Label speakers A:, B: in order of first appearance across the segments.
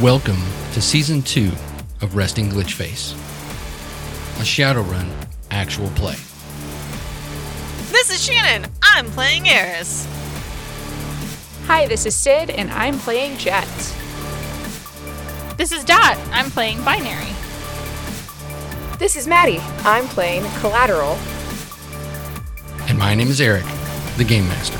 A: Welcome to Season 2 of Resting Glitch Face, a Shadowrun actual play.
B: This is Shannon. I'm playing Eris.
C: Hi, this is Sid, and I'm playing Jet.
D: This is Dot. I'm playing binary.
C: This is Maddie. I'm playing Collateral.
A: And my name is Eric, the Game Master.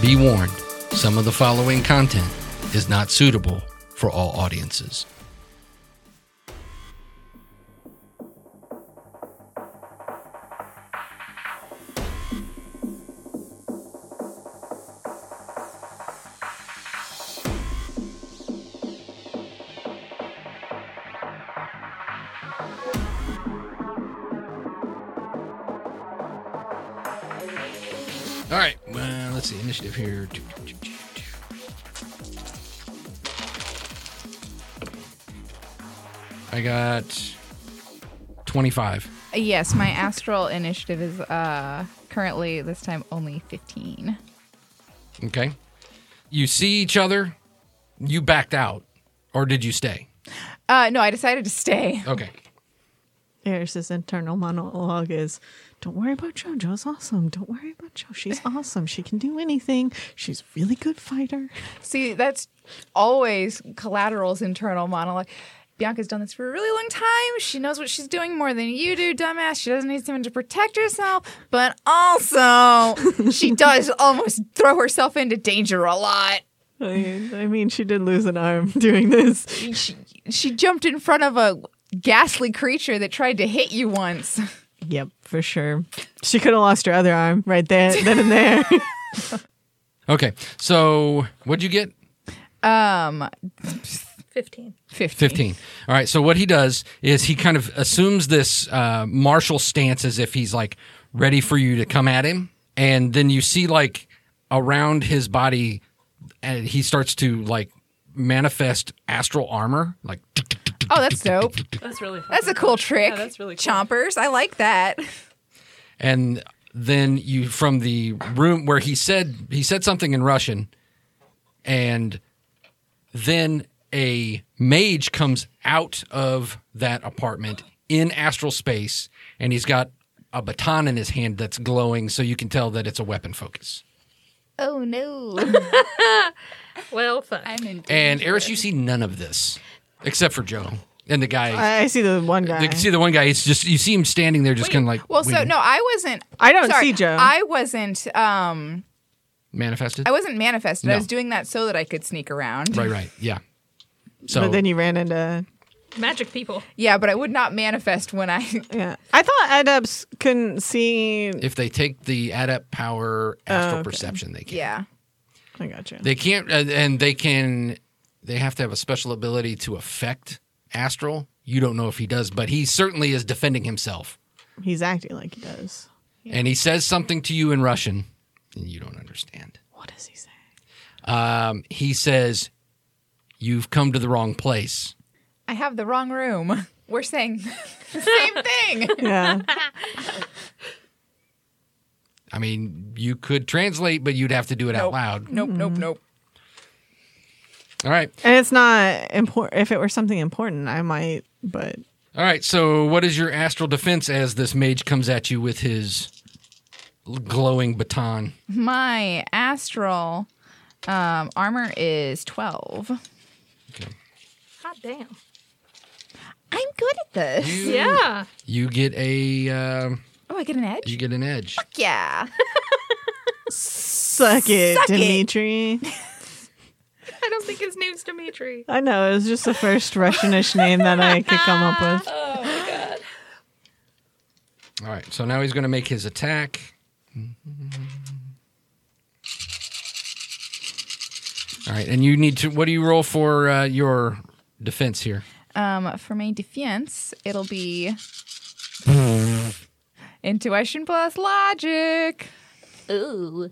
A: Be warned, some of the following content is not suitable for all audiences. All right, well, let's see, initiative here. I got 25.
E: Yes, my astral initiative is uh currently this time only 15.
A: Okay. You see each other. You backed out, or did you stay?
E: Uh no, I decided to stay.
A: Okay.
F: Eris's internal monologue is, "Don't worry about Jo. Jo's awesome. Don't worry about Jo. She's awesome. She can do anything. She's a really good fighter."
E: See, that's always collateral's internal monologue. Bianca's done this for a really long time. She knows what she's doing more than you do, dumbass. She doesn't need someone to protect herself, but also she does almost throw herself into danger a lot.
F: I, I mean, she did lose an arm doing this.
E: She, she jumped in front of a ghastly creature that tried to hit you once.
F: Yep, for sure. She could have lost her other arm right there, then and there.
A: Okay. So, what'd you get?
E: Um,
D: 15.
E: 15.
A: 15. All right. So, what he does is he kind of assumes this uh, martial stance as if he's like ready for you to come at him. And then you see like around his body, and he starts to like manifest astral armor. Like,
E: Oh, that's dope.
D: That's really fun.
E: That's a cool trick.
D: Yeah, that's really cool.
E: Chompers. I like that.
A: and then you from the room where he said he said something in Russian, and then a mage comes out of that apartment in astral space, and he's got a baton in his hand that's glowing, so you can tell that it's a weapon focus.
E: Oh no.
D: Well, fun.
C: I'm in.
A: And Eris, you see none of this except for Joe and the guy.
F: I, I see the one guy.
A: you can see the one guy. It's just you see him standing there, just kind of like
E: Uh, Well, so
A: waiting.
E: no, I wasn't.
F: I don't
E: sorry,
F: see Joe.
E: I wasn't. Um,
A: manifested.
E: I wasn't manifested.
A: No.
E: I was doing that so that I could sneak around.
A: right, right, yeah. So
F: but then you ran into.
D: Magic people.
E: Yeah, but I would not manifest when I.
F: Yeah, I thought Adepts couldn't see.
A: if they take the adept power astral perception they can
E: Yeah.
F: I gotcha.
A: they can't uh, and they can they have to have a special ability to affect astral you don't know if he does but he certainly is defending himself
F: He's acting like he does.
A: and he says something to you in russian and you don't understand
F: What does he say?
A: um, he says you've come to the wrong place
E: I have the wrong room. We're saying the same thing.
F: Yeah,
A: i mean you could translate but you'd have to do it out
E: Nope.
A: loud
E: Nope, nope, nope.
A: all right
F: and it's not important. If it were something important, I might. But
A: All right, so what is your astral defense as this mage comes at you with his glowing baton?
E: My astral um, armor is 12.
D: Hot damn.
E: I'm good at this.
A: You,
D: Yeah.
A: you get a uh,
E: Oh, I get an edge?
A: you get an edge.
E: Yeah.
F: suck it,
E: Suck it.
F: Dimitri.
D: I don't think his name's Dimitri.
F: I know it was just the first Russianish name that I could come up with.
A: All right, so now he's going to make his attack. All right, and you need to. What do you roll for uh, your defense here?
E: Um, for my defense, it'll be intuition plus logic.
D: Ooh.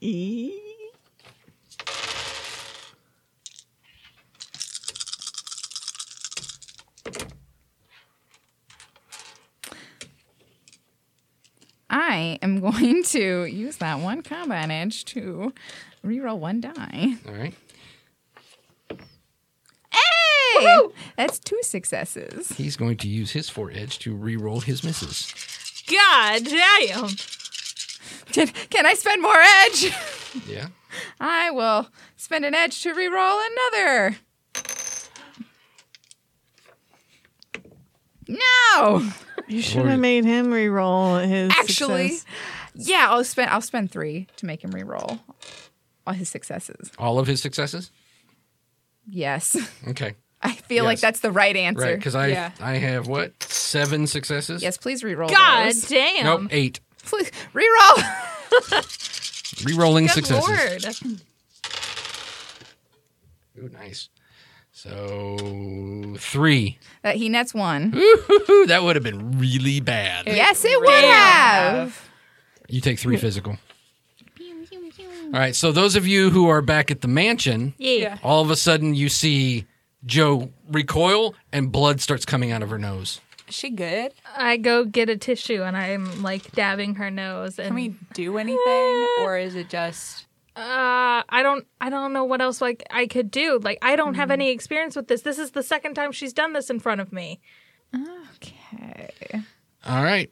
F: E?
E: I am going to use that one combat edge to reroll one die.
A: All right.
E: Hey, that's two successes.
A: He's going to use his four edge to re-roll his misses.
D: God damn.
E: Can, can I spend more edge?
A: Yeah.
E: I will spend an edge to reroll another. No,
F: You should have made him reroll his.
E: actually,
F: success.
E: yeah, I'll spend I'll spend three to make him reroll all his successes.
A: All of his successes.
E: Yes,
A: Okay.
E: I feel like
A: Yes.
E: that's the right answer.
A: Right, because I
E: Yeah.
A: I have what seven successes.
E: yes, please reroll.
D: God
E: those.
D: damn.
A: Nope. Eight.
E: please reroll.
A: Rerolling
D: Good
A: successes.
D: lord.
A: Ooh, nice. So three.
E: that Uh, he nets one.
A: Ooh, that would have been really bad.
E: yes, it would have.
A: You take three physical. All right. So those of you who are back at the mansion,
D: Yeah.
A: all of a sudden you see Joe recoil and blood starts coming out of her nose.
G: She good?
H: I go get a tissue and I'm like dabbing her nose and
G: Can we do anything, or is it just?
H: uh I don't I don't know what else like I could do. Like I don't
G: Mm.
H: have any experience with this. This is the second time she's done this in front of me.
E: Okay.
A: All right.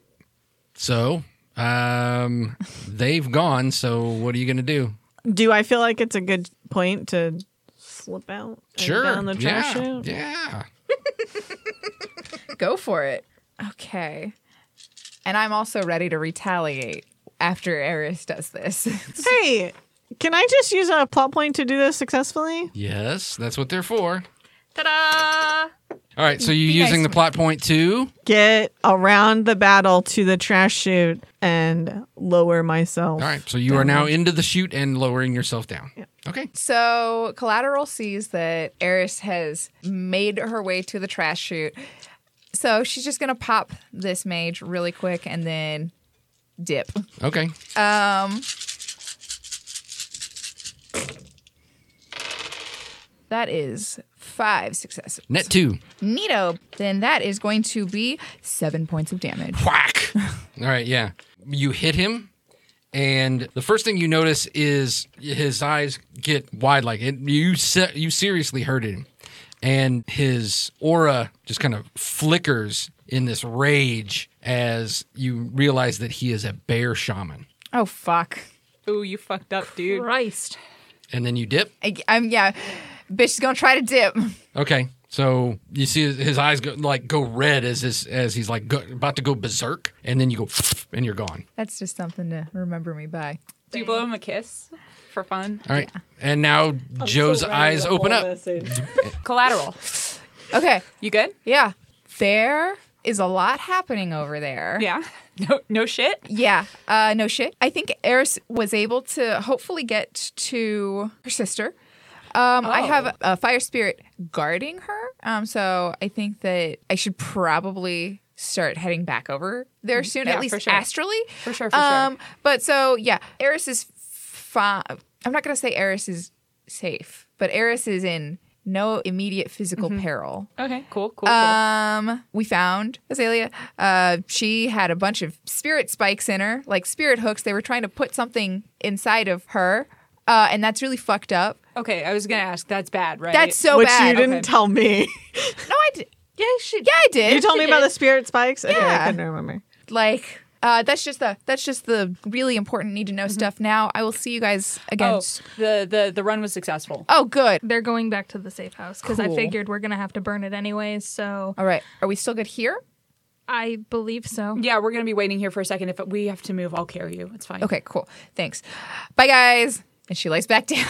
A: So um, they've gone. So what are you going to do?
F: do I feel like it's a good point to slip out? and Down the trash
A: yeah.
F: chute?
A: Yeah.
E: Go for it. Okay. And I'm also ready to retaliate after Eris does this.
F: Hey, can I just use a plot point to do this successfully?
A: Yes. That's what they're for.
D: Ta-da.
A: All right. So you're
E: nice
A: using the
E: to me.
A: plot point two.
F: Get around the battle to the trash chute and lower myself.
A: All right. So you are now into the chute and lowering yourself down. Okay.
E: so Collateral sees that Eris has made her way to the trash chute. So she's just going to pop this mage really quick and then dip.
A: Okay.
E: Um That is five successes.
A: Net two.
E: Neato. Then that is going to be seven points of damage.
A: Whack. All right. Yeah. You hit him. And the first thing you notice is his eyes get wide, like it. You se- you seriously hurt him, and his aura just kind of flickers in this rage as you realize that he is a bear shaman.
E: Oh fuck.
G: Ooh, you fucked up, dude.
H: Christ.
A: And then you dip.
E: I, am yeah. Bitch is gonna try to dip.
A: Okay, so you see his- his eyes go like go red as this as he's like go, about to go berserk, and then you go and you're gone.
E: That's just something to remember me by.
G: Do you blow him a kiss for fun?
A: All right, and now
F: Oh,
A: Joe's eyes open up.
G: Collateral.
E: Okay.
G: You good?
E: Yeah. There is a lot happening over there.
G: Yeah. No, no shit.
E: Yeah. Uh, no shit. I think Eris was able to hopefully get to her sister. Um, I have
G: Oh.
E: a fire spirit guarding her. Um, so I think that I should probably start heading back over there soon,
G: Mm-hmm. yeah,
E: at least
G: for sure.
E: astrally. Um,
G: For sure, for sure.
E: But so, yeah, Eris is fine. I'm not going to say Eris is safe, but Eris is in no immediate physical
G: Mm-hmm.
E: peril.
G: Okay. Cool. Cool. Cool.
E: Um, we found Azalea. Uh, she had a bunch of spirit spikes in her, like spirit hooks. They were trying to put something inside of her, uh, and that's really fucked up.
G: okay. I was gonna ask. That's bad, right?
E: That's so
F: Which
E: bad.
F: you didn't
G: Okay.
F: tell me.
E: No, I did.
G: Yeah. She.
E: Yeah, I did.
F: you told me about the spirit spikes? Okay,
E: Yeah.
F: I couldn't remember.
E: like. Uh, that's just the that's just the really important need to know stuff. Now I will see you guys again.
G: Oh, the the the run was successful.
E: Oh, good.
H: They're going back to the safe house because I
E: Cool.
H: figured we're gonna have to burn it anyways. So
E: All right, are we still good here?
H: I believe so.
G: Yeah, we're gonna be waiting here for a second. If we have to move, I'll carry you. It's fine.
E: Okay, cool. Thanks. Bye, guys. And she lays back down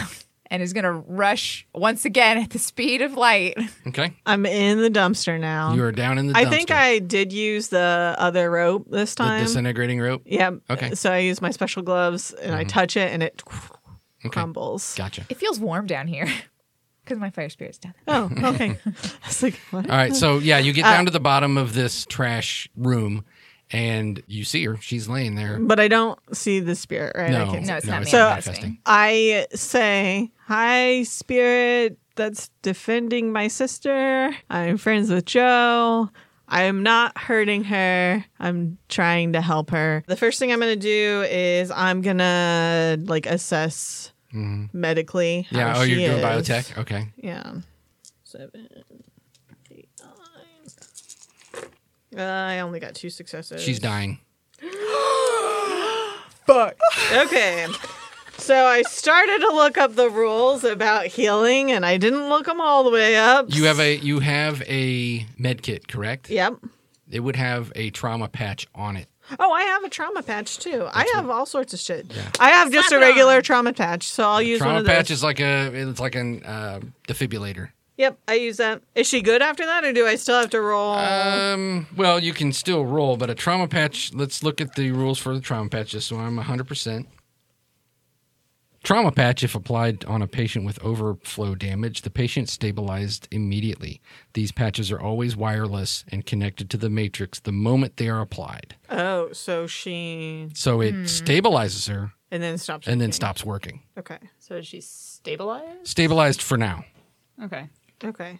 E: and is gonna rush once again at the speed of light.
A: Okay,
F: I'm in the dumpster now.
A: you are down in the.
F: I
A: dumpster.
F: think I um, did use the other rope this
A: the
F: time.
A: disintegrating rope.
F: yeah.
A: Okay. Mm-hmm.
F: So I use my special gloves and I touch it and it crumbles.
A: Gotcha.
E: It feels warm down here because my fire spirit's down there.
F: Oh, okay. It's like what?
A: All right, so yeah, you get
F: Uh,
A: down to the bottom of this trash room, and you see her. She's laying there.
F: But I don't see the spirit, right? I
A: No,
F: can't-
E: No, it's not me.
F: So-
A: manifesting.
F: I say, Hi, spirit that's defending my sister. I'm friends with Joe. I am not hurting her. I'm trying to help her. The first thing I'm going to do is I'm going to like assess medically. how
A: Mm-hmm. Yeah. Oh,
F: she
A: you're doing
F: is.
A: biotech. Okay.
F: Yeah. Seven, eight, nine. Uh, I only got two successes.
A: She's dying.
F: Okay. So I started to look up the rules about healing and I didn't look them all the way up.
A: You have a you have a med kit, correct?
F: Yep.
A: It would have a trauma patch on it.
F: Oh, I have a trauma patch too. I have all sorts of shit. I have just a regular trauma patch, so I'll use one
A: trauma
F: of those.
A: patch is like a it's like an uh, defibrillator.
F: Yep, I use that. Is she good after that or do I still have to roll?
A: Um. Well, you can still roll, but a trauma patch. Let's look at the rules for the trauma patch, just so I'm 100. percent Trauma patch, if applied on a patient with overflow damage, the patient stabilized immediately. These patches are always wireless and connected to the matrix the moment they are applied.
F: oh, so she
A: So it stabilizes her
F: and then stops.
A: and then
F: working.
A: stops working.
F: Okay.
G: So is she stabilized?
A: Stabilized for now.
G: Okay.
F: Okay.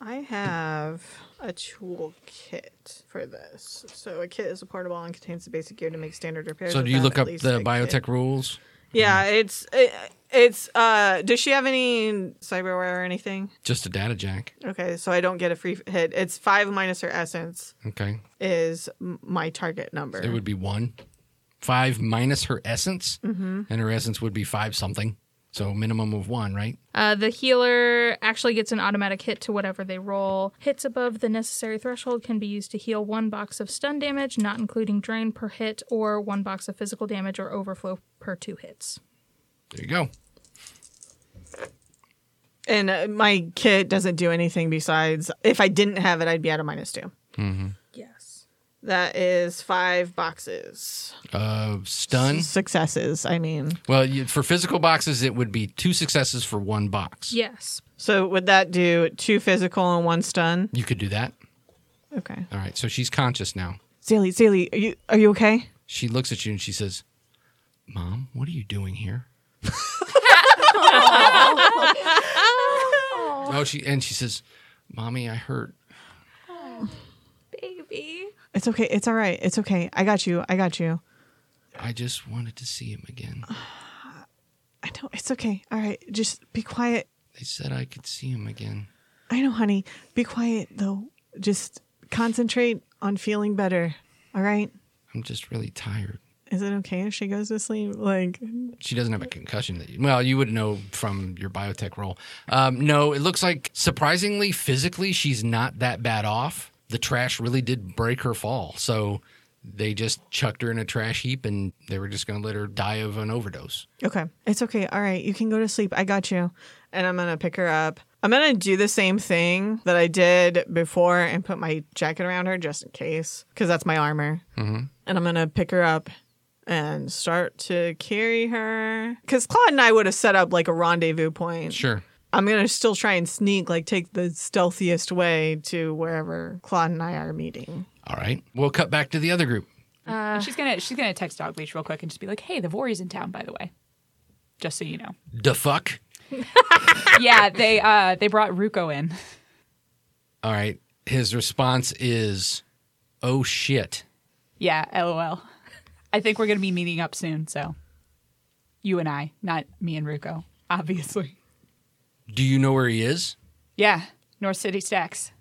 F: I have a toolkit for this. So a kit is a portable and contains the basic gear to make standard repairs.
A: So do you
F: without
A: look
F: at
A: up
F: least
A: the
F: a
A: biotech
F: kit.
A: rules?
F: Yeah, it's it, it's uh does she have any cyberware or anything?
A: Just a data jack.
F: Okay, so I don't get a free hit. It's 5 minus her essence
A: Okay.
F: is m- my target number.
A: It would be one. Five minus her essence, mm-hmm. and her essence would be five something. So minimum of one, right?
H: Uh, the healer actually gets an automatic hit to whatever they roll. Hits above the necessary threshold can be used to heal one box of stun damage, not including drain per hit, or one box of physical damage or overflow per two hits.
A: There you go.
F: and uh, my kit doesn't do anything besides if I didn't have it I'd be at a minus 2.
A: Mm-hmm.
H: Yes.
F: That is 5 boxes.
A: Uh, stun.
F: Successes, I mean.
A: Well, you, for physical boxes, it would be two successes for one box.
H: Yes.
F: So would that do two physical and one stun?
A: You could do that.
F: Okay.
A: All right. So she's conscious now.
F: Zilly, Zilly, are you are you okay?
A: She looks at you and she says, "Mom, what are you doing here?" oh, she and she says, "Mommy, I hurt."
H: Baby.
F: It's okay. It's all right. It's okay. I got you. I got you.
A: I just wanted to see him again.
F: I know. It's okay. All right. Just be quiet.
A: They said I could see him again.
F: I know, honey. Be quiet though. Just concentrate on feeling better. All right.
A: I'm just really tired.
F: Is it okay if she goes to sleep? Like,
A: She doesn't have a concussion. That you, well, you would know from your biotech role. Um, no, it looks like surprisingly physically, she's not that bad off. The trash really did break her fall, so they just chucked her in a trash heap, and they were just going to let her die of an overdose.
F: okay. It's okay. All right. You can go to sleep. I got you. And I'm gonna pick her up. I'm gonna do the same thing that I did before and put my jacket around her just in case, because that's my armor. and I'm gonna pick her up and start to carry her. Because Claude and I would have set up like a rendezvous point.
A: Sure.
F: I'm gonna still try and sneak, like take the stealthiest way to wherever Claude and I are meeting.
A: All right. We'll cut back to the other group.
E: Uh,
G: And she's gonna she's gonna text Dog Leash real quick and just be like, "Hey, the Vori's in town, by the way." Just so you know.
A: The fuck.
G: yeah, they uh they brought Ruko in.
A: All right. His response is, "Oh shit."
G: Yeah, lol. I think we're gonna be meeting up soon, so you and I, not me and Ruko, obviously.
A: Do you know where he is?
G: Yeah, North City Stacks.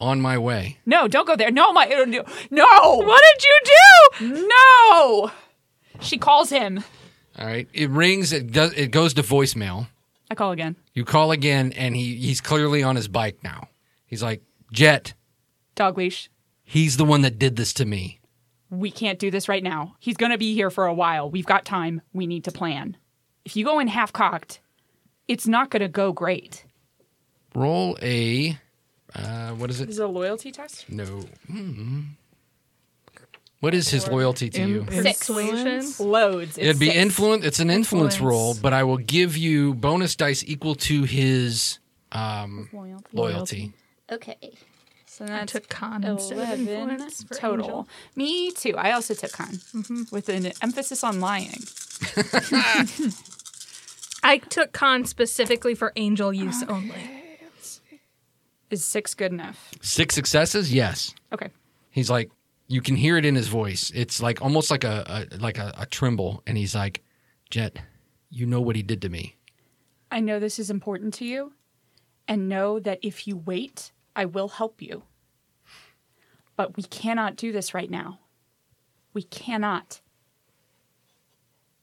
A: On my way.
G: No, don't go there. No, my uh, no. no. What did you do? No. She calls him.
A: All right. It rings. It does. It goes to voicemail.
G: I call again.
A: You call again, and he he's clearly on his bike now. He's like, Jet,
G: Dog Leash.
A: he's the one that did this to me.
G: we can't do this right now. He's going to be here for a while. We've got time. We need to plan. If you go in half cocked, it's not going to go great.
A: Roll a, uh, what is it?
I: Is it a loyalty test?
A: No, mm What is his loyalty to you?
G: Six.
H: Persuasion.
G: Loads. It's
A: It'd be
G: six.
A: influence. It's an influence,
H: Influence.
A: roll, but I will give you bonus dice equal to his um,
G: Loyalty.
A: loyalty.
D: Okay. So
H: I
D: that's
H: took con instead of
D: 11
H: influence for
G: total.
H: Angel.
G: Me too. I also took con with an emphasis on lying.
H: I took con specifically for angel use only.
G: Is six good enough?
A: Six successes. Yes.
G: Okay.
A: He's like, you can hear it in his voice. It's like almost like a, a like a, a tremble, and he's like, Jet, you know what he did to me.
G: I know this is important to you, and know that if you wait, I will help you. But we cannot do this right now. We cannot.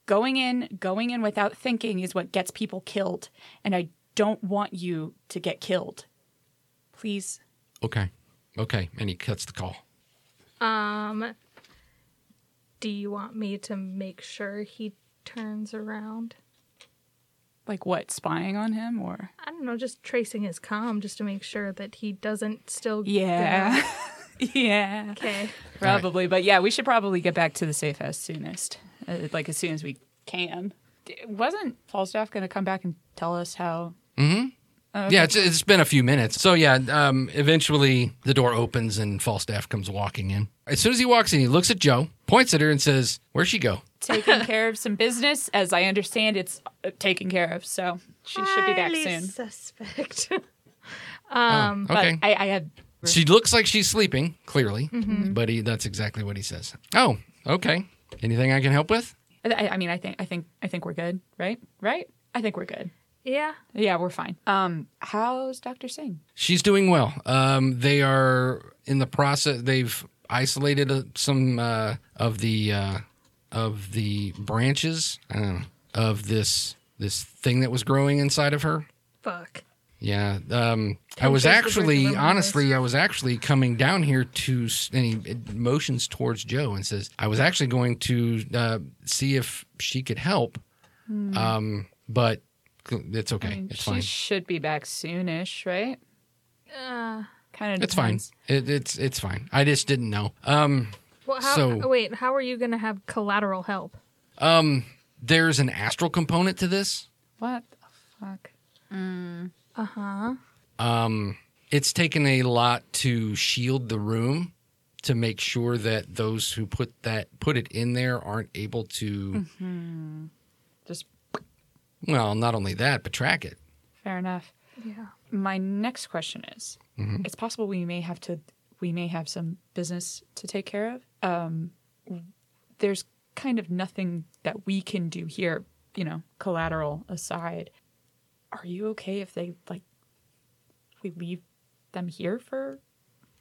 G: Going in, going in without thinking is what gets people killed, and I don't want you to get killed. Please.
A: Okay. Okay. And he cuts the call.
H: Um, do you want me to make sure he turns around?
G: Like what? Spying on him or?
H: I don't know, just tracing his comm just to make sure that he doesn't still. go
G: Yeah. yeah.
H: out. Okay.
G: Probably, but yeah, we should probably get back to the safe house soonest, uh, like as soon as we can. D- Wasn't Falstaff going to come back and tell us how?
A: Yeah, it's, it's been a few minutes. So, yeah, um, eventually the door opens and Falstaff comes walking in. As soon as he walks in, he looks at Joe, points at her, and says, Where'd she go?
G: Taking care of some business, as I understand, it's uh, taken care of, so she should be back soon.
H: Suspect.
A: Oh, okay.
G: Um, But I, I had
A: She looks like she's sleeping, clearly,
G: Mm-hmm.
A: but he, that's exactly what he says. Oh, okay. Anything I can help with?
G: I, I mean, I think, I think, I think we're good, right? Right? I think we're good.
H: yeah.
G: Yeah, we're fine. Um, how's Doctor Singh?
A: She's doing well. Um, they are in the process. They've isolated uh, some uh, of the uh, of the branches I don't know, of this this thing that was growing inside of her.
H: Fuck.
A: Yeah. Um, I was actually, honestly, I was actually coming down here to, s- and he it motions towards Joe and says, I was actually going to uh, see if she could help. Um, but it's okay. it's
G: she
A: fine.
G: should be back soonish, right?
H: Uh,
G: Kind of.
A: It's fine. It, it's it's fine. I just didn't know. Um,
H: well, how, oh,
A: So-
H: wait, how are you going to have collateral help?
A: um, there's an astral component to this.
G: What the fuck?
H: Uh huh.
A: Um, it's taken a lot to shield the room to make sure that those who put that put it in there aren't able to.
G: Hmm. Just
A: Well, not only that, but track it.
G: fair enough.
H: Yeah.
G: my next question is
A: Mm-hmm.
G: it's possible we may have to we may have some business to take care of um there's kind of nothing that we can do here you know collateral aside are you okay if they like if we leave them here for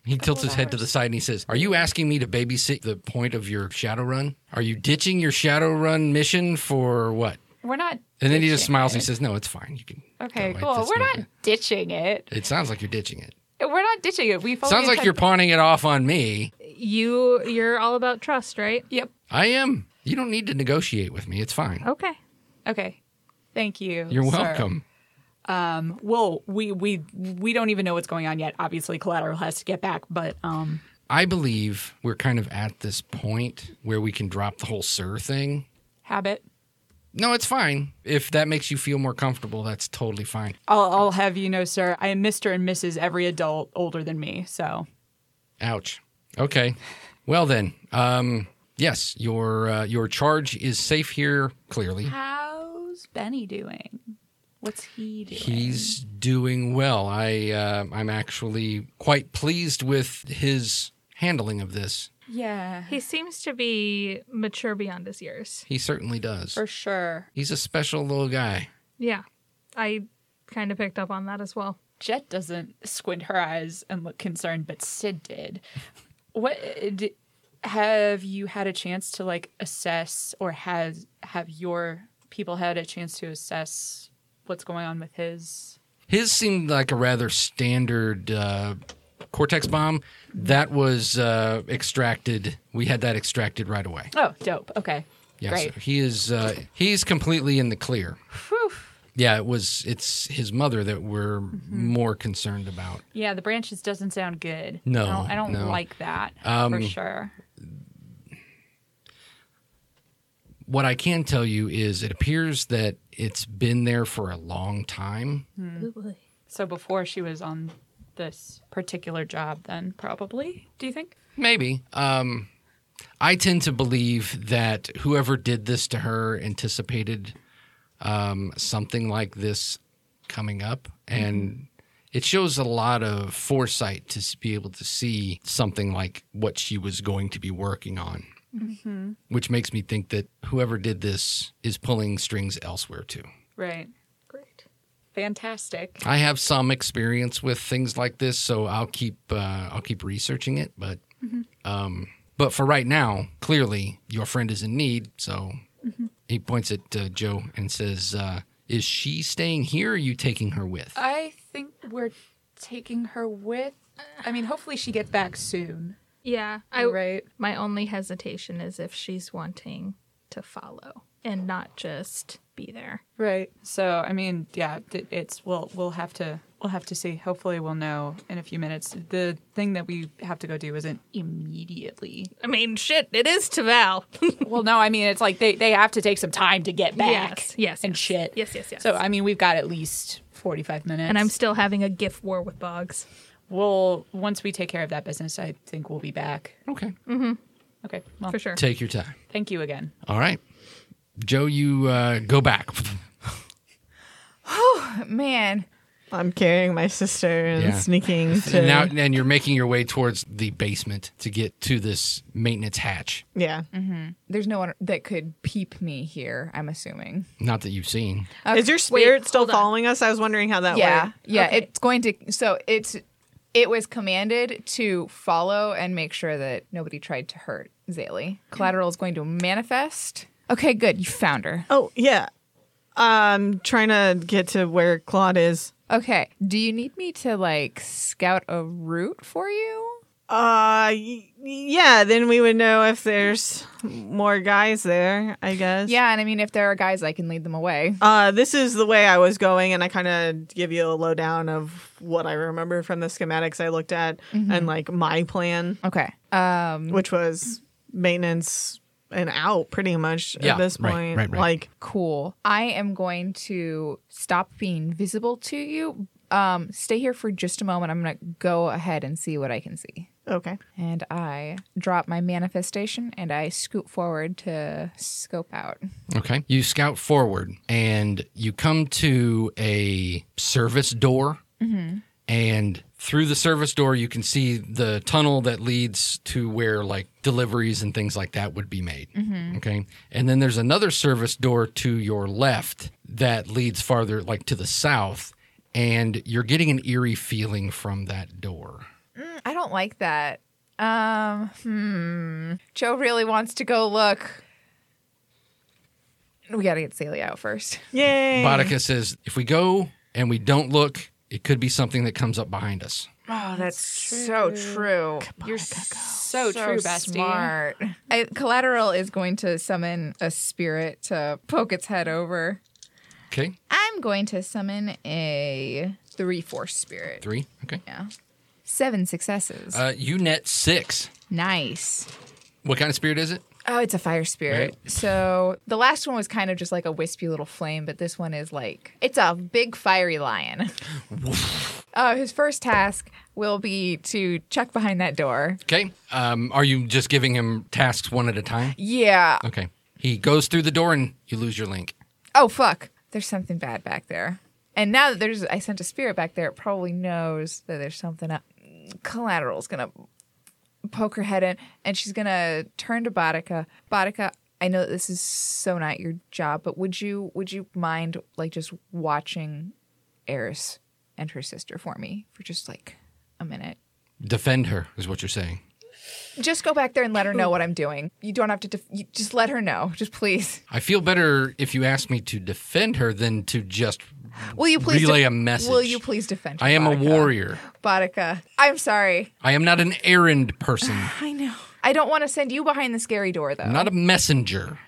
A: He tilts his head to the side and he says, "Are you asking me to babysit the point of your shadow run? Are you ditching your shadow run mission for what?"
G: we're not
A: And then he just
G: ditching
A: smiles and he
G: it.
A: says, "No, it's fine. You can."
G: okay
A: go away.
G: cool
A: That's
G: we're
A: not-
G: not ditching it
A: It sounds like you're ditching it.
G: we're not ditching it we fully
A: Sounds like
G: intend-
A: you're pawning it off on me.
H: You, you're all about trust, right?
G: yep
A: I am. You don't need to negotiate with me. It's fine.
H: Okay.
G: okay thank you
A: You're
G: Oh, sir.
A: welcome.
G: Um, well, we we we don't even know what's going on yet. Obviously, collateral has to get back, but um,
A: I believe we're kind of at this point where we can drop the whole sir thing.
G: habit.
A: No, it's fine. If that makes you feel more comfortable, that's totally fine.
G: I'll I'll have you know, sir. I am Mister and Mrs. Every adult older than me. So
A: Ouch. Okay. Well then, um, yes, your uh, your charge is safe here. Clearly,
G: how's Benny doing? What's he doing?
A: he's doing well. I uh, I'm actually quite pleased with his handling of this.
G: yeah,
H: He seems to be mature beyond his years.
A: He certainly does.
G: for sure.
A: He's a special little guy.
H: Yeah. I kind of picked up on that as well.
G: Jet doesn't squint her eyes and look concerned, but Sid did. What d have you had a chance to like assess, or has have your people had a chance to assess what's going on with his?
A: His seemed like a rather standard uh, cortex bomb. That was uh, extracted. We had that extracted right away.
G: Oh, dope. Okay,
A: Yes,
G: great.
A: he is. Uh, he's completely in the clear. Yeah, it was. It's his mother that we're more concerned about.
G: Yeah, the branches doesn't sound good.
A: No, Um,
G: I don't, I don't
A: no.
G: like that for sure.
A: What I can tell you is it appears that it's been there for a long time.
G: So before she was on this particular job, then probably. Do you think?
A: Maybe. Um, I tend to believe that whoever did this to her anticipated um, something like this coming up. And it shows a lot of foresight to s- be able to see something like what she was going to be working on, which makes me think that whoever did this is pulling strings elsewhere too.
G: Right.
H: Great.
G: Fantastic.
A: I have some experience with things like this, so I'll keep uh, I'll keep researching it. But um, but for right now, clearly your friend is in need. So he points at uh, Joe and says, uh, "Is she staying here? Or are you taking her with?"
G: I think we're taking her with. I mean, hopefully she gets back soon.
H: Yeah. I,
G: right.
H: My only hesitation is if she's wanting to follow and not just be there.
G: Right. So I mean, yeah, th- it's we'll we'll have to we'll have to see. Hopefully, we'll know in a few minutes. The thing that we have to go do isn't immediately.
H: I mean, shit, it is to Val.
G: well, no, I mean it's like they they have to take some time to get back.
H: Yes, yes,
G: and
H: yes.
G: shit.
H: Yes, yes, yes.
G: So I mean, we've got at least forty five minutes.
H: and I'm still having a gift war with Boggs.
G: We'll once we take care of that business, I think we'll be back.
A: okay,
G: Okay. Well,
H: For sure.
A: take your time.
G: thank you again.
A: All right, Joe, you uh, go back.
E: Uh, Man,
F: I'm carrying my sister and
A: Yeah.
F: sneaking to.
A: And now and you're making your way towards the basement to get to this maintenance hatch.
F: yeah.
E: there's no one that could peep me here, I'm assuming.
A: Not that you've seen.
E: Mm-hmm.
F: Is your spirit still following us? I was wondering how that
E: yeah.
F: worked.
E: Yeah, it's going to so it's it was commanded to follow and make sure that nobody tried to hurt Zaley. Collateral is going to manifest. Okay, good. You found her.
F: Oh, yeah. I'm trying to get to where Claude is.
E: Okay. Do you need me to like scout a route for you?
F: Uh, y- yeah, then we would know if there's more guys there, I guess.
E: Yeah, and I mean if there are guys I can lead them away.
F: Uh, this is the way I was going, and I kind of give you a lowdown of what I remember from the schematics I looked at
A: Mm-hmm.
F: and like my plan,
E: Okay. Um
F: which was maintenance and out pretty much
A: Yeah,
F: at this
A: right,
F: point.
A: right, right.
F: Like,
E: cool. I am going to stop being visible to you. Um stay here for just a moment. I'm going to go ahead and see what I can see.
F: okay.
E: And I drop my manifestation and I scoot forward to scope out.
A: Okay. You scout forward and you come to a service door. And through the service door, you can see the tunnel that leads to where like deliveries and things like that would be made. Okay. And then there's another service door to your left that leads farther, like to the south. And you're getting an eerie feeling from that door.
E: I don't like that. Um, hmm. Joe really wants to go look. We gotta get Celia out first.
F: Yay.
A: Bodica says, if we go and we don't look, it could be something that comes up behind us.
E: Oh, that's so true.
G: You're so, true, bestie.
E: smart. I, collateral is going to summon a spirit to poke its head over.
A: Okay.
E: I'm going to summon a three force spirit.
A: Three. Okay.
E: Seven successes.
A: Uh, you net six.
E: nice.
A: What kind of spirit is it?
E: Oh, it's a fire spirit. So the last one was kind of just like a wispy little flame, but this one is like it's a big fiery lion. uh, his first task will be to check behind that door.
A: Okay. Um, are you just giving him tasks one at a time?
E: Yeah.
A: Okay. He goes through the door and you lose your link.
E: Oh fuck. There's something bad back there. And now that there's I sent a spirit back there, it probably knows that there's something up. Collateral's gonna poke her head in and she's gonna turn to Bodica. Bodica, I know that this is so not your job, but would you would you mind like just watching Eris and her sister for me for just like a minute?
A: Defend her is what you're saying.
E: Just go back there and let her know what I'm doing. You don't have to. Def- you just let her know. Just please.
A: I feel better if you ask me to defend her than to just.
E: Will you please
A: Relay a message.
E: Will you please defend?
A: I am a
E: Bodica?
A: warrior.
E: Bodica, I'm sorry.
A: I am not an errand person.
E: I know. I don't want to send you behind the scary door though.
A: I'm not a messenger.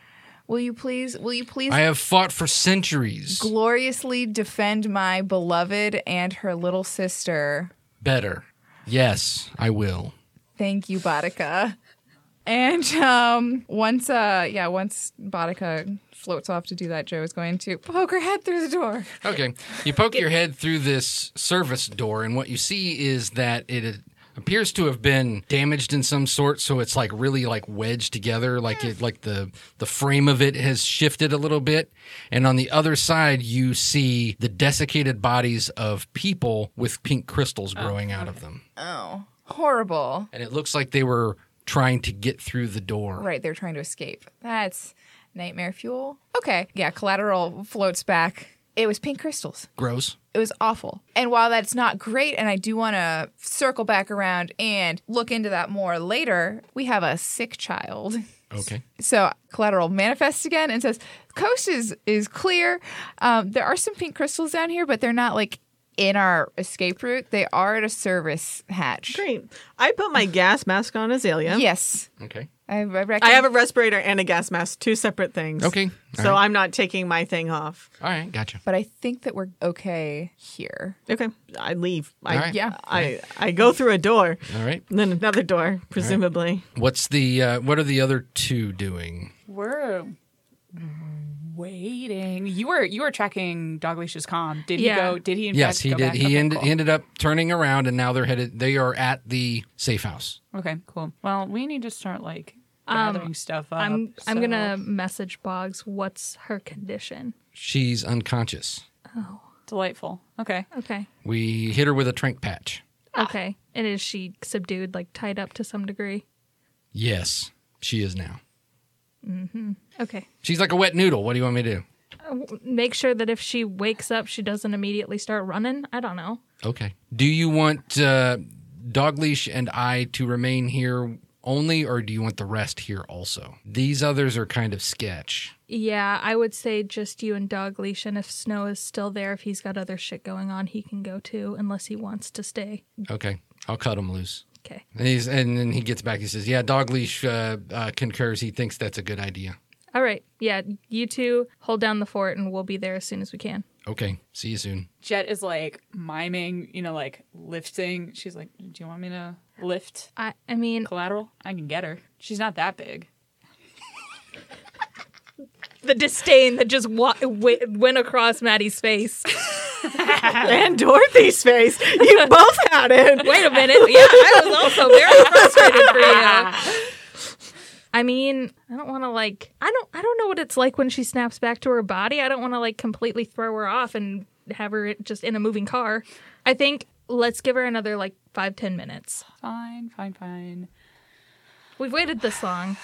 E: will you please will you please
A: I have fought for centuries.
E: gloriously defend my beloved and her little sister?
A: Better. Yes, I will.
E: Thank you, Bodica. And um, once, uh, yeah, once Bodica floats off to do that, Joe is going to poke her head through the door.
A: Okay. You poke your head through this service door, and what you see is that it appears to have been damaged in some sort. So it's like really like wedged together, like it like the the frame of it has shifted a little bit. And on the other side, you see the desiccated bodies of people with pink crystals growing out of them,
E: Horrible.
A: and it looks like they were trying to get through the door.
E: Right, they're trying to escape. That's nightmare fuel. Okay. Yeah, collateral floats back. It was pink crystals.
A: Gross.
E: It was awful. And while that's not great, and I do want to circle back around and look into that more later, we have a sick child.
A: Okay.
E: So collateral manifests again and says, "Coast is is clear. Um, there are some pink crystals down here, but they're not like in our escape route. They are at a service hatch.
F: Great. I put my gas mask on Azalea.
E: Yes,
A: Okay.
E: I, I reckon.
F: I have a respirator and a gas mask, two separate things.
A: Okay. All
F: So
A: right.
F: I'm not taking my thing off.
A: All right. Gotcha.
E: but I think that we're okay here.
F: Okay. I leave. I,
A: All right.
E: Yeah.
F: I, I go through a door,
A: All right.
F: and then another door, presumably.
A: What's the uh, what are the other two doing?
G: We're waiting. You were you were tracking Doglish's com. Did
H: Yeah.
G: he go? Did he? In
A: Yes,
G: fact
A: he
G: go
A: did.
G: back?
A: He,
G: Okay,
A: end,
G: cool.
A: he ended up turning around, and now they're headed. They are at the safe house.
G: Okay, cool. Well, we need to start like
H: Um,
G: gathering stuff up.
H: I'm
G: so-
H: I'm gonna message Boggs. What's her condition?
A: She's unconscious.
G: delightful. Okay.
H: Okay.
A: We hit her with a trank patch.
H: Ah. Okay. And is she subdued, like tied up to some degree?
A: Yes, she is now.
H: Okay.
A: She's like a wet noodle. What do you want me to do?
H: Make sure that if she wakes up, she doesn't immediately start running. I don't know.
A: Okay. Do you want uh, Dogleash and I to remain here only, or do you want the rest here also? These others are kind of sketch.
H: Yeah, I would say just you and Dog Leash, and if Snow is still there, if he's got other shit going on, he can go too, unless he wants to stay.
A: Okay, I'll cut him loose.
H: Okay.
A: And, he's, and then he gets back. He says, "Yeah, Dogleash uh, uh, concurs. He thinks that's a good idea."
H: All right. Yeah, you two hold down the fort, and we'll be there as soon as we can.
A: Okay. See you soon.
G: Jet is like miming, you know, like lifting. She's like, "Do you want me to lift
H: I, I mean,
G: collateral? I can get her. She's not that big."
H: the disdain that just wa- w- went across Maddie's face.
F: And Dorothy's face. You both had it.
H: Wait a minute. Yeah, I was also very frustrated for you. I mean, I don't want to like I don't I don't know what it's like when she snaps back to her body. I don't want to like completely throw her off and have her just in a moving car. I think let's give her another like five ten minutes.
G: Fine, fine, fine.
H: We've waited this long.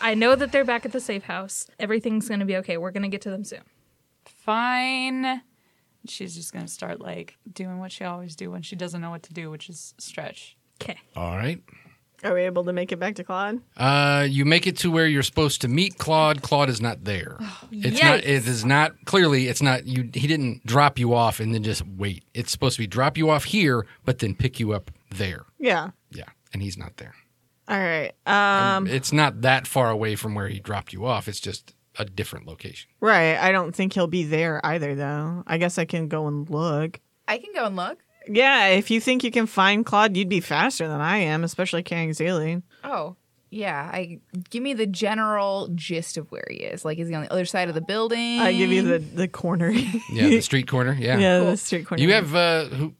H: I know that they're back at the safe house. Everything's going to be okay. We're going to get to them soon.
G: Fine. She's just gonna start like doing what she always do when she doesn't know what to do, which is stretch.
H: Okay.
A: All right.
F: Are we able to make it back to Claude?
A: Uh, you make it to where you're supposed to meet Claude. Claude is not there.
F: Oh,
A: It's not. It is not clearly. It's not. You. He didn't drop you off and then just wait. It's supposed to be drop you off here, but then pick you up there.
F: Yeah.
A: Yeah, and he's not there.
F: All right. Um,
A: it's not that far away from where he dropped you off. It's just a different location.
F: right. I don't think he'll be there either, though. I guess I can go and look.
E: I can go and look.
F: Yeah, if you think you can find Claude, you'd be faster than I am, especially carrying Zaley.
E: Oh. Yeah, I give me the general gist of where he is. Like, is he on the other side of the building?
F: I give you the, the corner.
A: Yeah, the street corner. Yeah.
F: yeah, the street corner.
A: You have uh, who?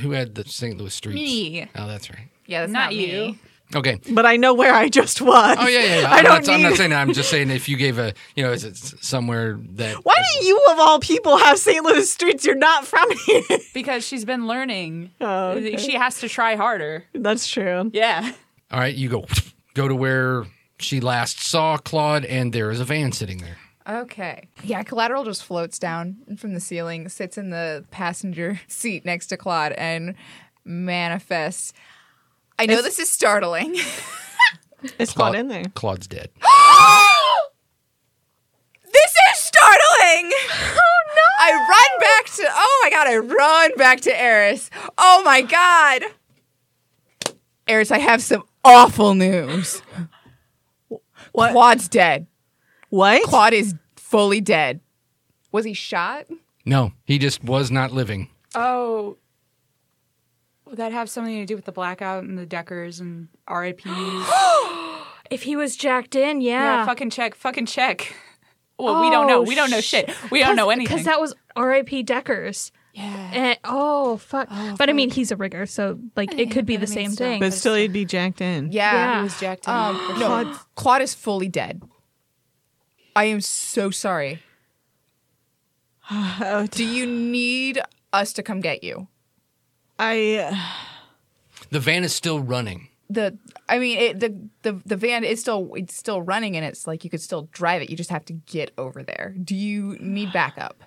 A: Who had the St. Louis streets?
G: Me.
A: Oh, that's right.
E: yeah, that's
G: Not
E: not,
G: you.
E: me.
A: Okay.
F: But I know where I just was.
A: Oh yeah, yeah. yeah. I'm,
F: I don't
A: not, I'm
F: need-
A: not saying that. I'm just saying if you gave a, you know, is it s- somewhere that
F: Why do you, of all people, have St. Louis streets? You're not from here.
G: Because she's been learning.
F: Oh, okay.
G: She has to try harder.
F: That's true.
G: Yeah.
A: All right, you go go to where she last saw Claude, and there is a van sitting there.
E: Okay. Yeah, collateral just floats down from the ceiling, sits in the passenger seat next to Claude, and manifests. I know this is startling.
F: It's Claude in there.
A: Claude's dead.
E: this is startling. Oh no! I run back to. Oh my god! I run back to Eris. Oh my god! Eris, I have some awful news.
F: What?
E: Claude's dead.
F: What?
E: Claude is fully dead. Was he shot?
A: No, he just was not living.
G: Oh, would that have something to do with the blackout and the Deckers and RIPs?
H: If he was jacked in, yeah.
G: Yeah, fucking check, fucking check. Well, we don't know.
H: Oh,
G: We don't know shit. We don't know anything.
H: Because that was R.I.P. Deckers.
G: yeah.
H: Eh, oh fuck! but I mean, he's a rigger, so like it could be the same thing.
F: But still, you'd be jacked in.
E: Yeah.
H: Yeah.
G: was jacked in.
E: Um, no, Claude is fully dead. I am so sorry.
F: Oh,
E: Do you need us to come get you?
F: I.
A: The van is still running.
E: The I mean, it, the the the van is still it's still running, and it's like you could still drive it. You just have to get over there. Do you need backup?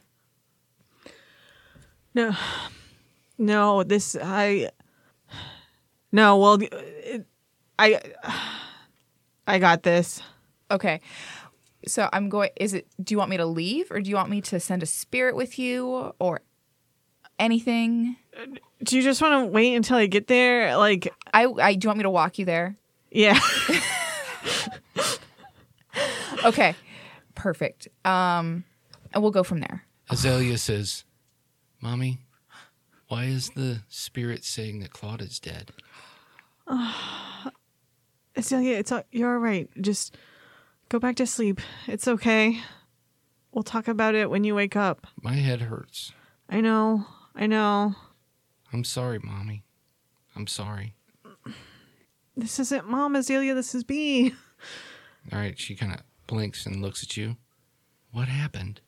F: No. No, this. I. No, well, it, I. I got this.
E: Okay. So I'm going. Is it? Do you want me to leave, or do you want me to send a spirit with you, or anything?
F: Do you just want to wait until I get there? Like,
E: I, I do you want me to walk you there?
F: yeah.
E: Okay, perfect. Um, and we'll go from there.
A: Azalea says, Mommy, why is the spirit saying that Claude is dead?
F: Celia, it's all, you're all right. Just go back to sleep. It's okay. We'll talk about it when you wake up.
A: My head hurts.
F: I know. I know.
A: I'm sorry, Mommy. I'm sorry.
F: This isn't Mom, Azalea. This is B.
A: All right, she kind of blinks and looks at you. What happened?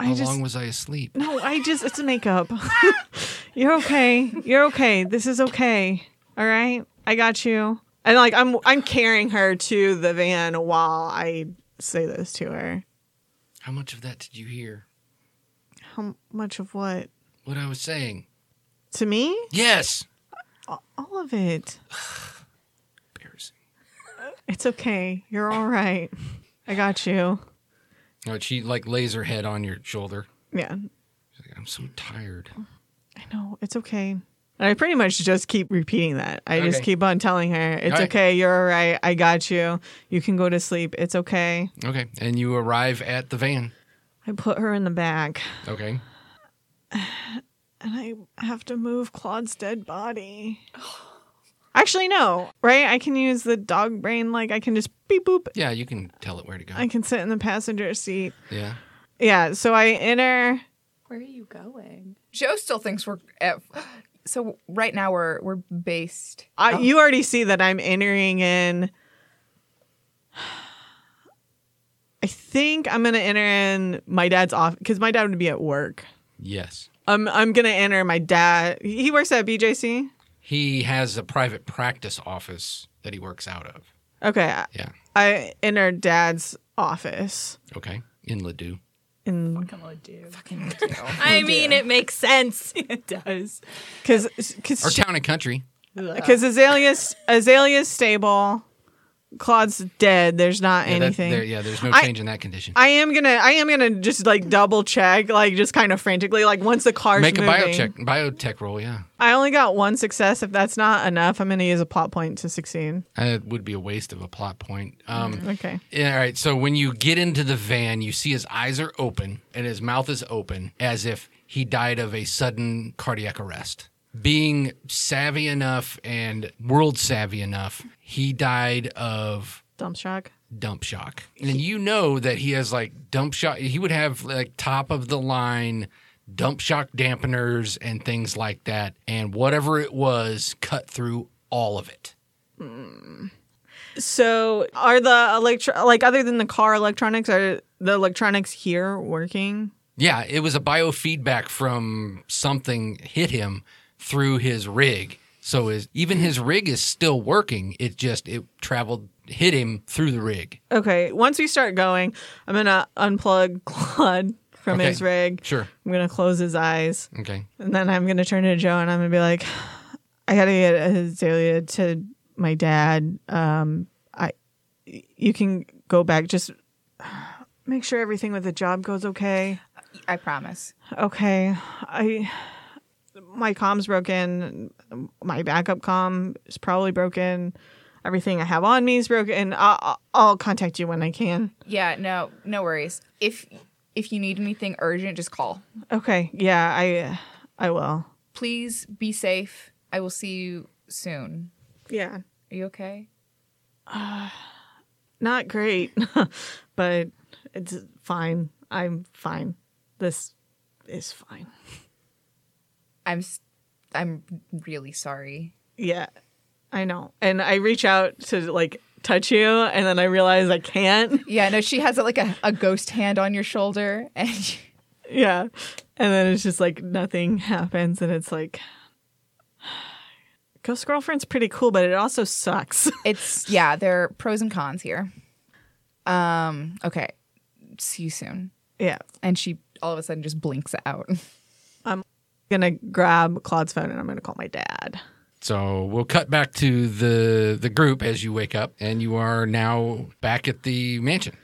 F: I
A: How
F: just
A: long was I asleep?
F: no. I just it's makeup. you're okay. You're okay. This is okay. All right. I got you. And like I'm I'm carrying her to the van while I say this to her.
A: How much of that did you hear?
F: How much of what
A: What I was saying?
F: to me?
A: Yes!
F: All of it.
A: Embarrassing.
F: It's okay. You're all right. I got you.
A: All right, she like lays her head on your shoulder.
F: Yeah.
A: She's like, I'm so tired.
F: Mm-hmm. I know. It's okay. And I pretty much just keep repeating that. I just
A: Okay.
F: keep on telling her, it's
A: All right.
F: okay. You're all right. I got you. You can go to sleep. It's okay.
A: Okay, and you arrive at the van.
F: I put her in the back
A: Okay.
F: and I have to move Claude's dead body. Actually, no, right? I can use the dog brain. Like, I can just beep boop.
A: Yeah, you can tell it where to go.
F: I can sit in the passenger seat.
A: yeah.
F: Yeah. So I enter.
G: Where are you going?
E: Joe still thinks we're at, so right now we're we're based.
F: I, You already see that I'm entering in. I think I'm going to enter in my dad's office because my dad would be at work.
A: Yes.
F: I'm, I'm going to enter my dad. He works at BJC.
A: He has a private practice office that he works out of.
F: Okay. I-
A: Yeah.
F: I enter dad's office.
A: Okay. In Ladue.
F: And
G: Come on, dude.
H: I mean, it makes sense.
G: It does.
F: because
A: Or town and country.
F: because Azalea's Azalea's stable, Claude's dead. There's not
A: Yeah, that-
F: anything.
A: there, yeah, there's no
F: I-
A: change in that condition.
F: I am gonna I am gonna just like double check, like just kind of frantically, like once the car's
A: Make a
F: moving.
A: biotech biotech roll, yeah.
F: I only got one success. If that's not enough, I'm going to use a plot point to succeed.
A: It would be a waste of a plot point. Um,
F: Okay.
A: Yeah, all right. So when you get into the van, you see his eyes are open and his mouth is open as if he died of a sudden cardiac arrest. Being savvy enough and world savvy enough, he died of
F: Dump shock.
A: dump shock. And you know that he has like dump shock, he would have like top of the line dump shock dampeners and things like that. And whatever it was, cut through all of it.
F: So are the electro like other than the car electronics are the electronics here working?
A: Yeah, it was a biofeedback from something hit him through his rig. So his even his rig is still working. It just it traveled hit him through the rig.
F: Okay. Once we start going, I'm going to unplug Claude from
A: Okay.
F: his rig.
A: Sure.
F: I'm going to close his eyes
A: Okay.
F: and then I'm going to turn to Joe and I'm going to be like I got to get Azalea to my dad. Um I you can go back just make sure everything with the job goes okay.
E: I promise.
F: Okay, I my comms broken. My backup comm is probably broken. Everything I have on me is broken. I'll, I'll contact you when I can.
E: Yeah, no, no worries. If if you need anything urgent, just call.
F: Okay, yeah, I I will.
E: Please be safe. I will see you soon.
F: Yeah,
E: Are you okay?
F: not great, but it's fine. I'm fine. This is fine.
E: I'm s- I'm really sorry.
F: Yeah, I know. And I reach out to like touch you, and then I realize I can't.
E: Yeah, no, she has like a, a ghost hand on your shoulder, and you-
F: Yeah. And then it's just like nothing happens and it's like Ghost Girlfriend's pretty cool, but it also sucks.
E: it's yeah, there are pros and cons here. Um, okay, see you soon.
F: yeah.
E: And she all of a sudden just blinks out.
F: Gonna grab Claude's phone and I'm gonna call my dad.
A: So we'll cut back to the the group as you wake up, and you are now back at the mansion.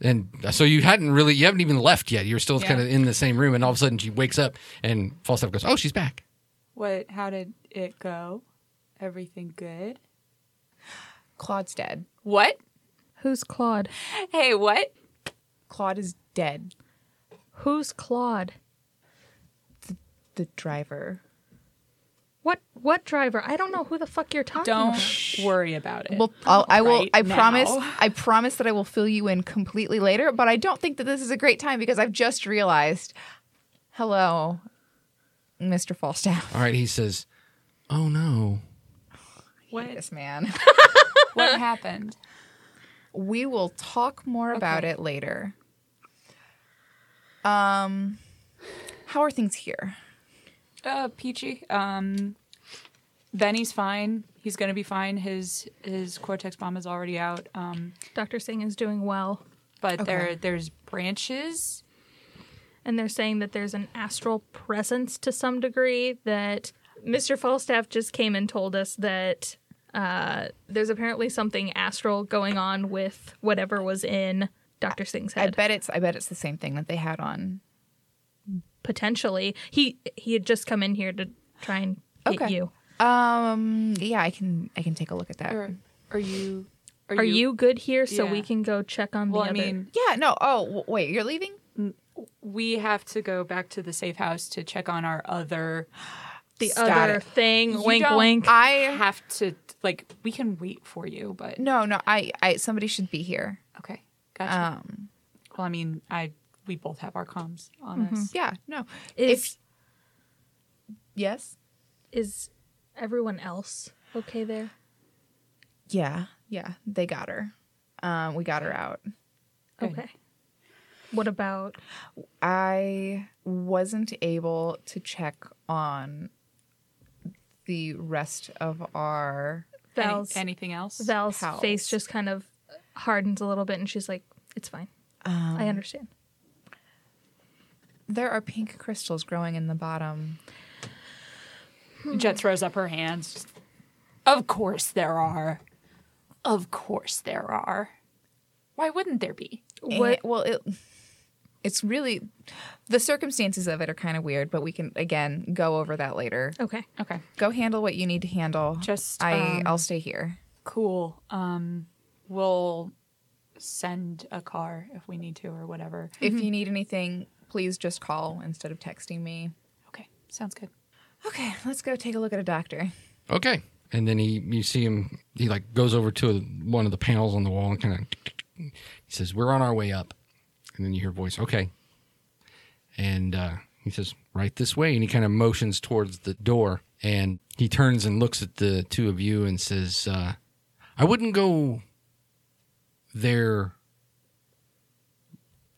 A: And so you hadn't really, you haven't even left yet. You're still kind of in the same room, and all of a sudden she wakes up, and Falstaff goes, "Oh, she's back."
G: What? How did it go? Everything good?
E: Claude's dead.
G: What?
H: Who's Claude?
G: Hey, what?
E: Claude is dead.
H: Who's Claude?
E: The driver.
H: What what driver? I don't know who the fuck you're talking
G: Don't
H: about.
G: worry about it.
E: Well, I'll, I will.
G: Right
E: I promise.
G: now.
E: I promise that I will fill you in completely later. But I don't think that this is a great time because I've just realized. Hello, Mr. Falstaff.
A: All right, he says, "Oh no."
G: what?
E: This man.
G: What happened?
E: we will talk more about it later. Um, how are things here?
G: Uh, Peachy. Um, Benny's fine. He's gonna be fine. His his cortex bomb is already out. Um,
H: Dr. Singh is doing well.
G: but there there's branches.
H: And they're saying that there's an astral presence to some degree that Mr. Falstaff just came and told us that uh, there's apparently something astral going on with whatever was in Dr. Singh's
E: I
H: head.
E: bet it's. I bet it's the same thing that they had on.
H: Potentially. He he had just come in here to try and get
E: Okay.
H: you.
E: Um. Yeah, I can. I can take a look at that.
G: Are, are you?
H: Are you, good here so we
G: Yeah.
H: can go check on
G: Well,
H: the
G: I
H: other
G: mean,
E: Yeah. No. Oh, w- wait. You're leaving.
G: we have to go back to the safe house to check on our other.
H: the
E: Got
H: other
E: it.
H: thing?
G: You
H: wink
G: don't-
H: wink.
E: I
G: Have to like we can wait for you, but
E: No, no, I, I, somebody should be here.
G: okay, gotcha.
E: Um,
G: Uh, well, I mean, I we both have our comms on us.
E: yeah, no.
H: Is-
E: if yes,
H: Is everyone else okay there?
E: yeah, yeah, they got her. Um, we got her out.
G: Good.
H: Okay. What about
E: I wasn't able to check on the rest of our.
G: Any-
H: Val's
G: anything else?
H: Val's
E: pals?
H: face just kind of hardens a little bit and she's like, It's fine. I understand.
E: There are pink crystals growing in the bottom.
G: Jet throws up her hands. Of course there are. Of course there are. Why wouldn't there be?
E: What? well, it, it's really the circumstances of it are kind of weird, but we can again go over that later.
H: Okay.
G: Okay,
E: Go handle what you need to handle.
G: Just,
E: I,
G: um,
E: I'll stay here.
G: cool. Um, we'll send a car if we need to or whatever.
E: If you need anything, please just call instead of texting me.
G: Okay, sounds good.
E: Okay, let's go take a look at a doctor.
A: Okay. And then he, you see him, he like goes over to one of the panels on the wall and kind of, he says, "We're on our way up." And then you hear a voice, "Okay." And uh, he says, "Right this way." And he kind of motions towards the door, and he turns and looks at the two of you and says, uh, "I wouldn't go there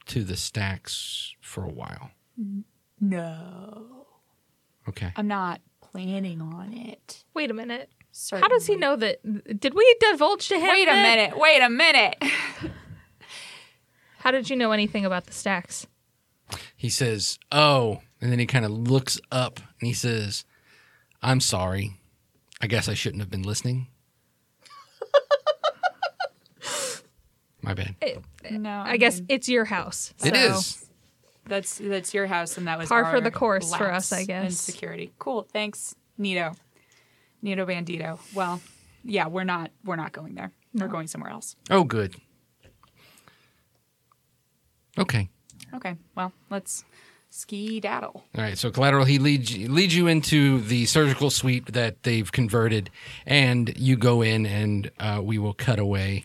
A: to the stacks for a while."
G: No,
A: Okay.
G: I'm not planning on it.
H: Wait a minute. How does he know that? Did we divulge to him?
G: Wait a
H: that-
G: minute. Wait a minute.
H: How did you know anything about the stacks?
A: he says, Oh. And then he kind of looks up and he says, I'm sorry. I guess I shouldn't have been listening. My bad. It
G: No,
H: I guess
G: mean,
H: it's your house.
A: is.
H: so-
G: that's that's your house, and that was
H: Par for
G: our
H: the course for us,
G: lapse
H: I guess.
G: In security. Cool. Thanks, Nito. Nito Bandito. Well, yeah, we're not we're not going there. We're going somewhere else.
A: Oh, good. Okay.
G: Okay. Well, let's skedaddle.
A: All right, so collateral. He leads leads you into the surgical suite that they've converted, and you go in, and uh, we will cut away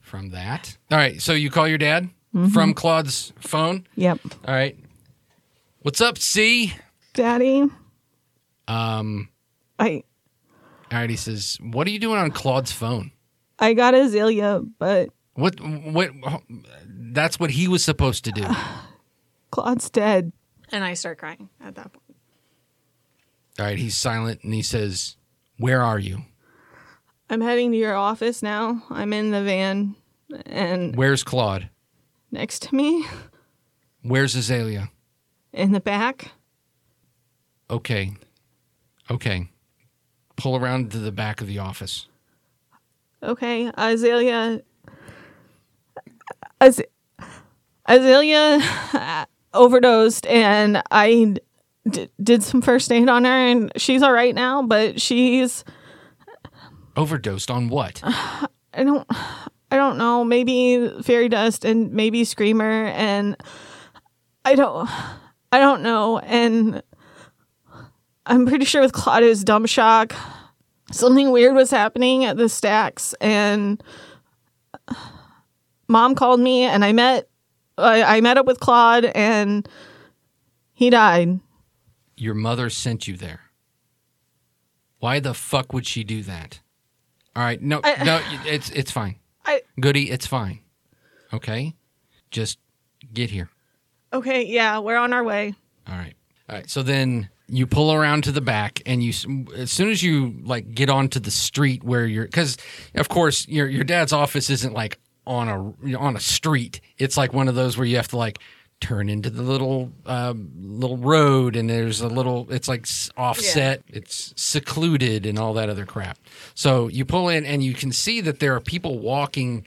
A: from that. All right, so you call your dad from Claude's phone.
F: Yep.
A: All right. What's up, C?
F: Daddy,
A: Um,
F: I
A: all right, he says, "What are you doing on Claude's phone?"
F: I got Azalea, but
A: What what that's what he was supposed to do. All
F: Claude's dead. And I start crying at that point.
A: right, he's silent and he says, "Where are you?
F: I'm heading to your office now. I'm in the van, and
A: Where's Claude?
F: next to me,
A: Where's Azalea?"
F: in the back,
A: Okay. Okay. Pull around to the back of the office.
F: Okay, Azalea. Az- Azalea uh, overdosed, and I d- did some first aid on her, and she's all right now. But she's
A: Overdosed on what?
F: I don't I don't know. Maybe fairy dust, and maybe screamer, and I don't I don't know. And I'm pretty sure with Claudia's dumb shock, something weird was happening at the stacks and mom called me and i met i, I met up with claude and he died
A: Your mother sent you there. Why the fuck would she do that? All right, no
F: I-
A: no it's it's fine.
F: I-
A: Goody, it's fine. Okay? Just get here.
F: okay yeah we're on our way
A: All right. All right. So then you pull around to the back, and you as soon as you like get onto the street where you're, because of course your your dad's office isn't like on a you know, on a street. It's like one of those where you have to like turn into the little um, little road, and there's a little. It's like s- offset. It's secluded and all that other crap. So you pull in, and you can see that there are people walking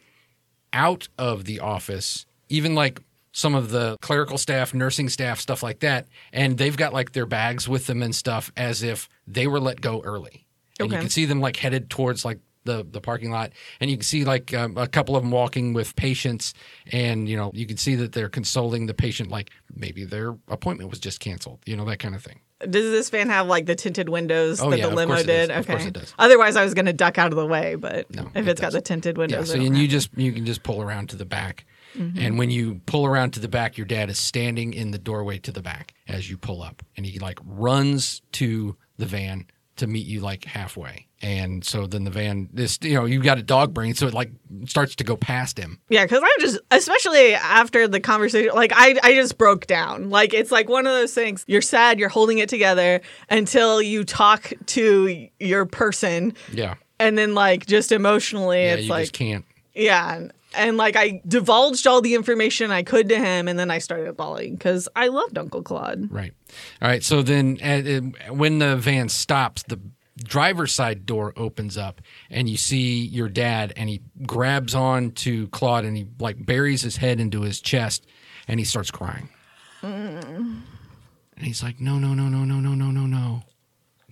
A: out of the office, even like some of the clerical staff, nursing staff, stuff like that, and they've got like their bags with them and stuff as if they were let go early. And you
F: Okay.
A: can see them like headed towards like the, the parking lot, and you can see like um, a couple of them walking with patients, and you know you can see that they're consoling the patient, like maybe their appointment was just canceled, you know that kind of thing.
F: does this van have like the tinted windows
A: Oh,
F: that
A: yeah,
F: the
A: of
F: limo
A: course it
F: did
A: does. Of
F: okay
A: course it does.
F: otherwise i was gonna duck out of the way but
A: No,
F: if
A: it
F: it's got
A: does.
F: the tinted
A: Yeah,
F: windows
A: so
F: I
A: and
F: don't
A: you
F: have-
A: just you can just pull around to the back,
F: Mm-hmm.
A: and when you pull around to the back, your dad is standing in the doorway to the back as you pull up, and he like runs to the van to meet you like halfway, and so then the van this you know you've got a dog brain, so it like starts to go past him.
F: Yeah, because I'm just, especially after the conversation, like I, I just broke down. Like it's like one of those things. You're sad. You're holding it together until you talk to your person,
A: Yeah,
F: and then like just emotionally,
A: yeah,
F: it's
A: you
F: like
A: just can't.
F: yeah, and, and like I divulged all the information I could to him, and then I started bawling because I loved Uncle Claude.
A: Right. All right. So then, uh, uh, when the van stops, the driver's side door opens up, and you see your dad, and he grabs on to Claude, and he like buries his head into his chest, and he starts crying. And he's like, "No, no, no, no, no, no, no, no, no,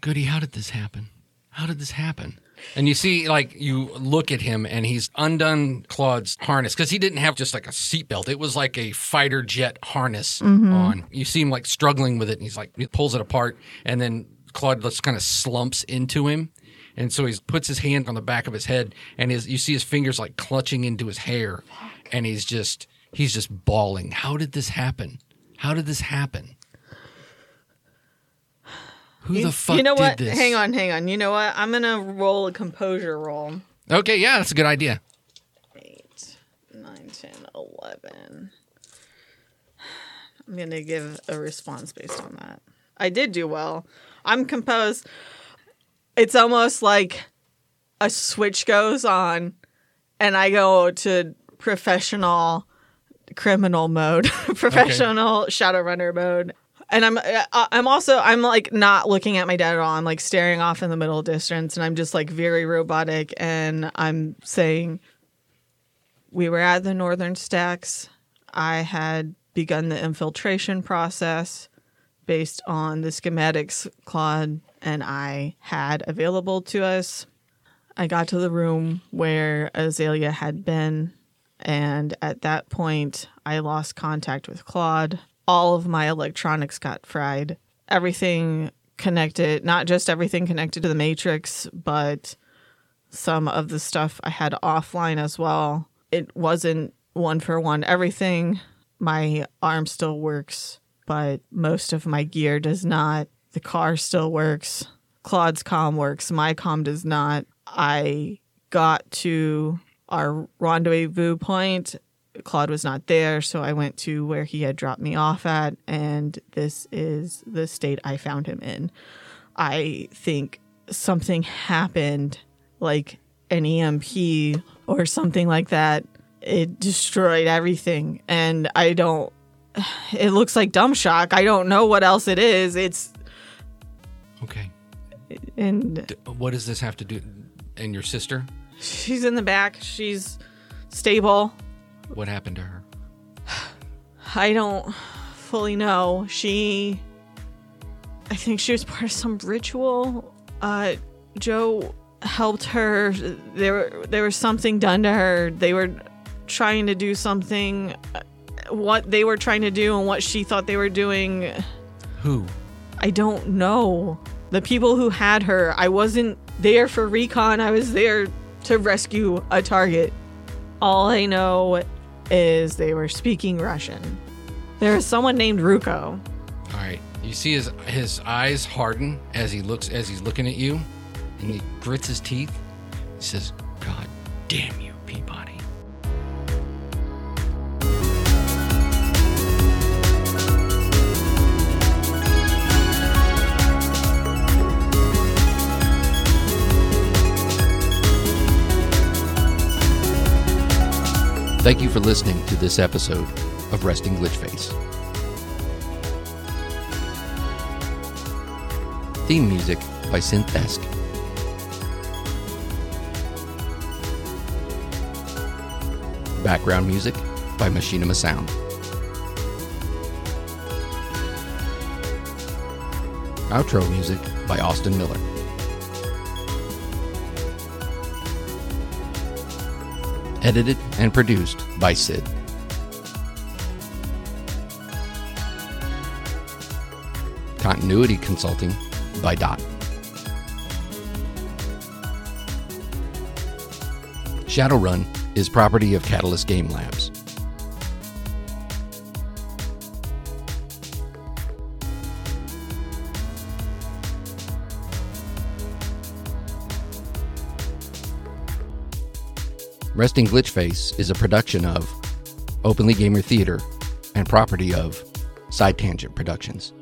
A: Goody, how did this happen? How did this happen?" And you see, like, you look at him, and he's undone Claude's harness because he didn't have just like a seatbelt. It was like a fighter jet harness
F: Mm-hmm.
A: on. You see him like struggling with it, and he's like, he pulls it apart, and then Claude just kind of slumps into him. And so he puts his hand on the back of his head, and his, you see his fingers like clutching into his hair, and he's just he's just bawling. How did this happen? How did this happen? Who the fuck
F: you know
A: did
F: what?
A: this?
F: Hang on, hang on. You know what? I'm gonna roll a composure roll.
A: Okay, yeah, that's a good idea.
F: eight, nine, 10, 11. I'm going to give a response based on that. I did do well. I'm composed. It's almost like a switch goes on and I go to professional criminal mode, professional shadowrunner mode. And I'm uh, I'm also I'm like not looking at my dad at all. I'm like staring off in the middle distance and I'm just like very robotic and I'm saying we were at the northern stacks. I had begun the infiltration process based on the schematics Claude and I had available to us. I got to the room where Azalea had been, and at that point, I lost contact with Claude. All of my electronics got fried. Everything connected, not just everything connected to the Matrix, but some of the stuff I had offline as well. it wasn't one for one everything. My arm still works, but most of my gear does not. The car still works. Claude's comm works. My comm does not. I got to our rendezvous point. Claude was not there, so I went to where he had dropped me off at, and this is the state I found him in. I think something happened, like an EMP or something like that. It destroyed everything, and I don't. It looks like dumb shock. I don't know what else it is. It's
A: Okay.
F: and
A: D- what does this have to do? And your sister?
F: she's in the back. She's stable.
A: What happened to her?
F: I don't fully know. She, I think she was part of some ritual. Uh, Joe helped her. There, there was something done to her. They were trying to do something. uh, What they were trying to do and what she thought they were doing,
A: Who?
F: I don't know. The people who had her, I wasn't there for recon. I was there to rescue a target. All I know is they were speaking Russian. There is someone named
A: All
F: Ruko.
A: right. You see his his eyes harden as he looks as he's looking at you, and he grits his teeth. He says, "God damn you, Peabody." Thank you for listening to this episode of Resting Glitchface. Theme music by Synthesk. Background music by Machinima Sound. Outro music by Austin Miller. Edited and produced by Sid. Continuity Consulting by Dot. Shadowrun is property of Catalyst Game Labs. Resting Glitchface is a production of Openly Gamer Theater and property of Side Tangent Productions.